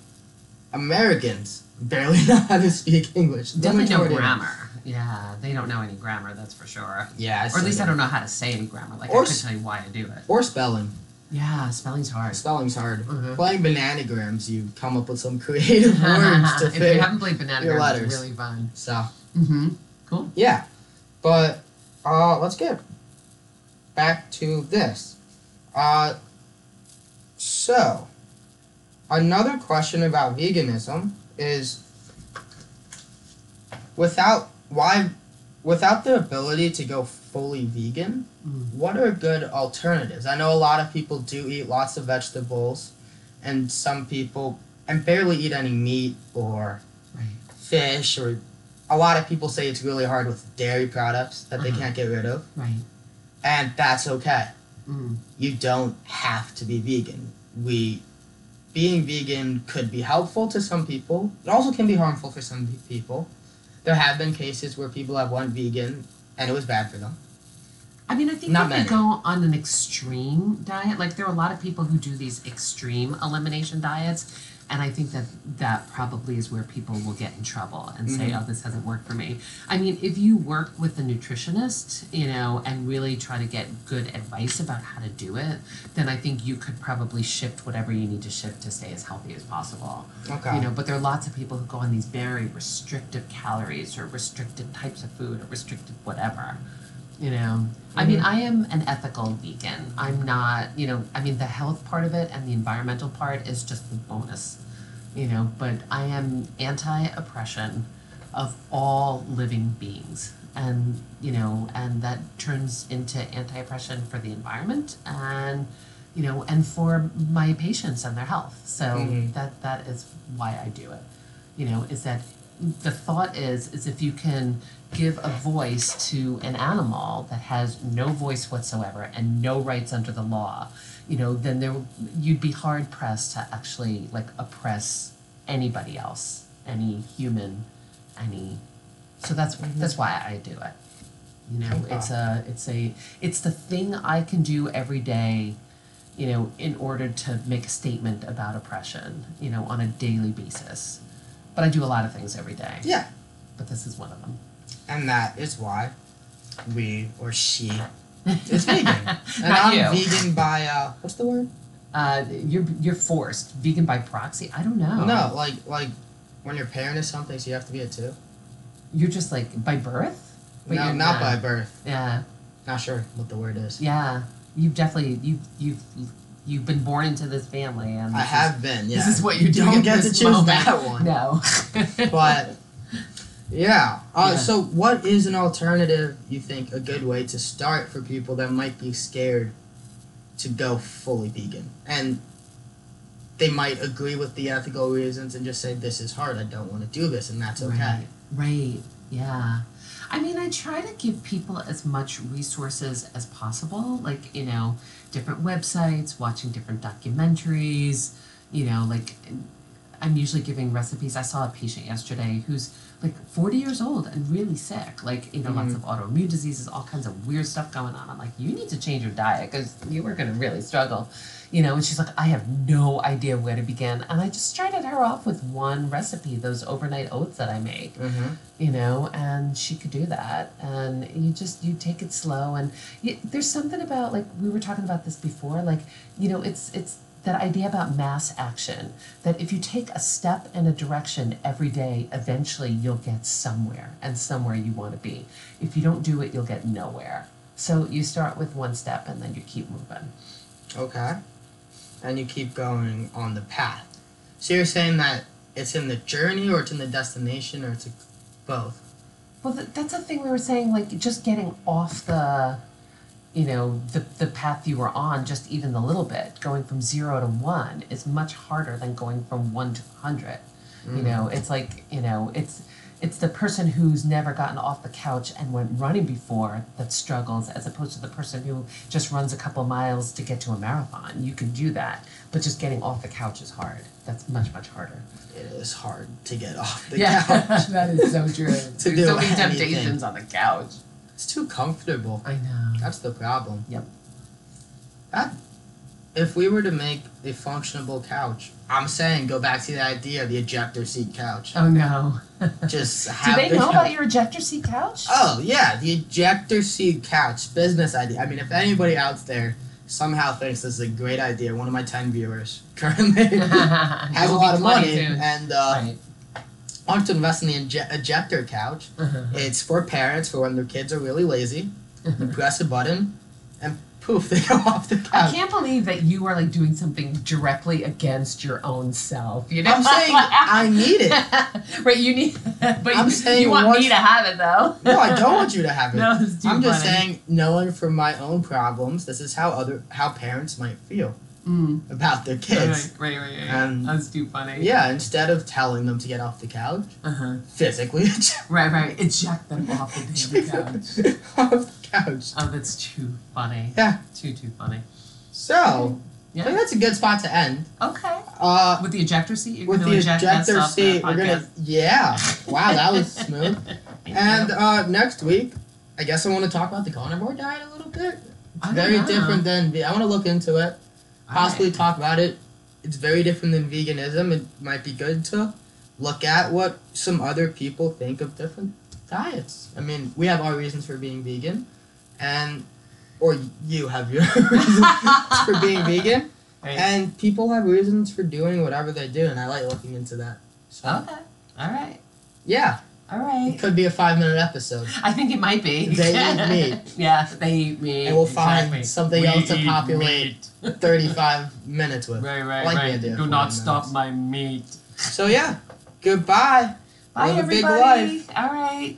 S1: Americans barely *laughs* know how to speak English. The
S2: Definitely no
S1: majority of-
S2: grammar. Yeah, they don't know any grammar, that's for sure.
S1: Yeah,
S2: Or at least I
S1: said
S2: don't know how to say any grammar. Like,
S1: Or
S2: I could
S1: s-
S2: tell you why I do it.
S1: Or spelling.
S2: Yeah, spelling's *laughs* hard.
S1: Spelling's hard.
S2: Mhm.
S1: Playing bananagrams, you come up with some
S2: *laughs*
S1: creative words to
S2: if you
S1: fit.
S2: haven't played Banana
S1: your
S2: Grams, it's
S1: letters.
S2: really fun.
S1: So
S2: Mm-hmm. Cool.
S1: yeah, but uh, let's get back to this. Uh, so another question about veganism is without why without the ability to go fully vegan
S2: Mm.
S1: what are good alternatives? I know a lot of people do eat lots of vegetables, and some people and barely eat any meat or
S2: Right.
S1: fish or. A lot of people say it's really hard with dairy products that they
S2: Mhm.
S1: can't get rid of,
S2: Right.
S1: and that's okay.
S2: Mm.
S1: You don't have to be vegan. We, being vegan could be helpful to some people. It also can be harmful for some pe- people. There have been cases where people have went vegan and it was bad for them.
S2: I mean, I think
S1: Not
S2: you could
S1: many.
S2: go on an extreme diet. Like there are a lot of people who do these extreme elimination diets, and I think that that probably is where people will get in trouble and say,
S1: Mhm.
S2: "Oh, this hasn't worked for me." I mean, if you work with a nutritionist, you know, and really try to get good advice about how to do it, then I think you could probably shift whatever you need to shift to stay as healthy as possible
S1: Okay.
S2: you know but there are lots of people who go on these very restrictive calories or restricted types of food or restricted whatever you know i mean i am an ethical vegan i'm not you know i mean the health part of it and the environmental part is just the bonus you know but i am anti-oppression of all living beings and you know and that turns into anti-oppression for the environment and you know and for my patients and their health so
S1: Mhm.
S2: that that is why i do it you know is that the thought is is if you can give a voice to an animal that has no voice whatsoever and no rights under the law you know then there you'd be hard pressed to actually like oppress anybody else any human any so that's that's why i do it you know
S1: Okay.
S2: it's a it's a it's the thing i can do every day you know in order to make a statement about oppression you know on a daily basis but i do a lot of things every day
S1: Yeah.
S2: but this is one of them
S1: And that is why we or she is
S2: *laughs*
S1: vegan. And
S2: Not
S1: I'm
S2: you. *laughs*
S1: vegan by uh what's the word?
S2: uh, you're you're forced vegan by proxy i don't know
S1: No, like like when your parent is something, so you have to be it too.
S2: you're just like by birth But
S1: no,
S2: you're
S1: not
S2: not.
S1: by birth.
S2: yeah
S1: Not sure what the word is.
S2: yeah you've definitely you you've you've been born into this family and
S1: I
S2: this is-
S1: have been, yeah.
S2: this is what you're doing
S1: Don't
S2: at
S1: get to
S2: this
S1: choose
S2: moment. *laughs*
S1: that one.
S2: no
S1: *laughs* But yeah. Uh,
S2: Yeah.
S1: So, what is an alternative you think a good way to start for people that might be scared to go fully vegan? And they might agree with the ethical reasons and just say, this is hard, I don't want to do this, and that's okay.
S2: Right. Right. Yeah. I mean, I try to give people as much resources as possible, like, you know, different websites, watching different documentaries, you know, like I'm usually giving recipes. I saw a patient yesterday who's like 40 years old and really sick, like, you know, lots
S1: Mm-hmm.
S2: of autoimmune diseases, all kinds of weird stuff going on. I'm like, you need to change your diet because you were going to really struggle, you know. And she's like, I have no idea where to begin. And I just started her off with one recipe, those overnight oats that I make
S1: Mm-hmm.
S2: you know and she could do that and you just you take it slow and y there's something about like we were talking about this before like you know it's it's that idea about mass action that if you take a step in a direction every day eventually you'll get somewhere and somewhere you want to be if you don't do it you'll get nowhere so you start with one step and then you keep moving
S1: Okay. And you keep going on the path. So, you're saying that it's in the journey, or it's in the destination, or it's both?
S2: Well, th- that's the thing we were saying, like just getting off the, you know, the the path you were on, just even a little bit. Going from zero to one is much harder than going from one to hundred. You know,
S1: Mm-hmm.
S2: it's like you know, it's it's the person who's never gotten off the couch and went running before that struggles, as opposed to the person who just runs a couple miles to get to a marathon. You can do that, but just getting off the couch is hard. That's much much harder
S1: It is hard to get off the
S2: yeah, *laughs*
S1: couch.
S2: that is so
S1: *laughs*
S2: true. There's
S1: do
S2: so many
S1: anything.
S2: temptations on the couch.
S1: It's too comfortable.
S2: I know.
S1: That's the problem.
S2: Yep.
S1: That, if we were to make a functionable couch, I'm saying go back to the idea of the ejector seat couch.
S2: Oh no.
S1: Just
S2: *laughs* Do
S1: have
S2: they
S1: the
S2: know
S1: couch-
S2: about your ejector seat couch? *laughs*
S1: Oh yeah, the ejector seat couch business idea. I mean, if anybody out there somehow thinks this is a great idea, one of my ten viewers currently *laughs*
S2: *laughs*
S1: has
S2: has
S1: a lot of money
S2: Soon.
S1: and uh,
S2: right.
S1: wants to invest in the inje- ejector couch.
S2: Uh-huh.
S1: It's for parents for when their kids are really lazy.
S2: Mm-hmm.
S1: You press a button, and poof, they *laughs* go off the
S2: I
S1: couch.
S2: can't believe that you are like doing something directly against your own self. You know,
S1: I'm saying I need it.
S2: it. *laughs* right, you need, but
S1: I'm
S2: you,
S1: saying
S2: you want
S1: once-
S2: me to have it though.
S1: No, I don't
S2: *laughs*
S1: want you to have it.
S2: No, it's too
S1: I'm just
S2: funny.
S1: saying, knowing from my own problems, this is how other how parents might feel
S2: Mm.
S1: about their kids.
S2: Right, right, right. right.
S1: Um,
S2: That's too funny.
S1: Yeah, instead of telling them to get off the couch,
S2: Uh-huh.
S1: physically *laughs*
S2: Right, right. Eject them off the damn couch.
S1: off the couch.
S2: Oh, that's too funny.
S1: Yeah.
S2: Too, too funny.
S1: So, I think
S2: Yeah.
S1: that's a good spot to end.
S2: Okay.
S1: Uh,
S2: With the ejector seat, you're
S1: with
S2: gonna
S1: the
S2: eject
S1: ejector
S2: us
S1: seat,
S2: off
S1: we're *laughs*
S2: the *laughs*
S1: gonna yeah. Wow, that was smooth.
S2: podcast.
S1: And uh, next week, I guess I want to talk about the carnivore diet a little bit. It's
S2: I don't
S1: very
S2: know.
S1: different than ve- I want to look into it. Possibly
S2: Alright.
S1: talk about it. It's very different than veganism. It might be good to look at what some other people think of different diets. I mean, we have our reasons for being vegan, and or you have your *laughs* reasons for being vegan,
S2: Alright.
S1: and people have reasons for doing whatever they do, and I like looking into that. So
S2: Okay. All right.
S1: yeah,
S2: All
S1: it
S2: right.
S1: could be a five-minute episode.
S2: I think it might be.
S1: *laughs* They
S2: *laughs*
S1: eat meat.
S2: yeah, they eat meat.
S1: And we'll find
S2: exactly.
S1: something
S3: We
S1: else to
S3: eat
S1: populate
S2: *laughs*
S3: meat.
S1: 35 minutes with.
S3: Right, right,
S1: I like the
S3: right.
S1: idea of
S3: Do
S1: forty
S3: not stop
S1: minutes.
S3: my meat.
S1: So yeah, goodbye.
S2: Bye,
S1: Live a big
S2: everybody. All right.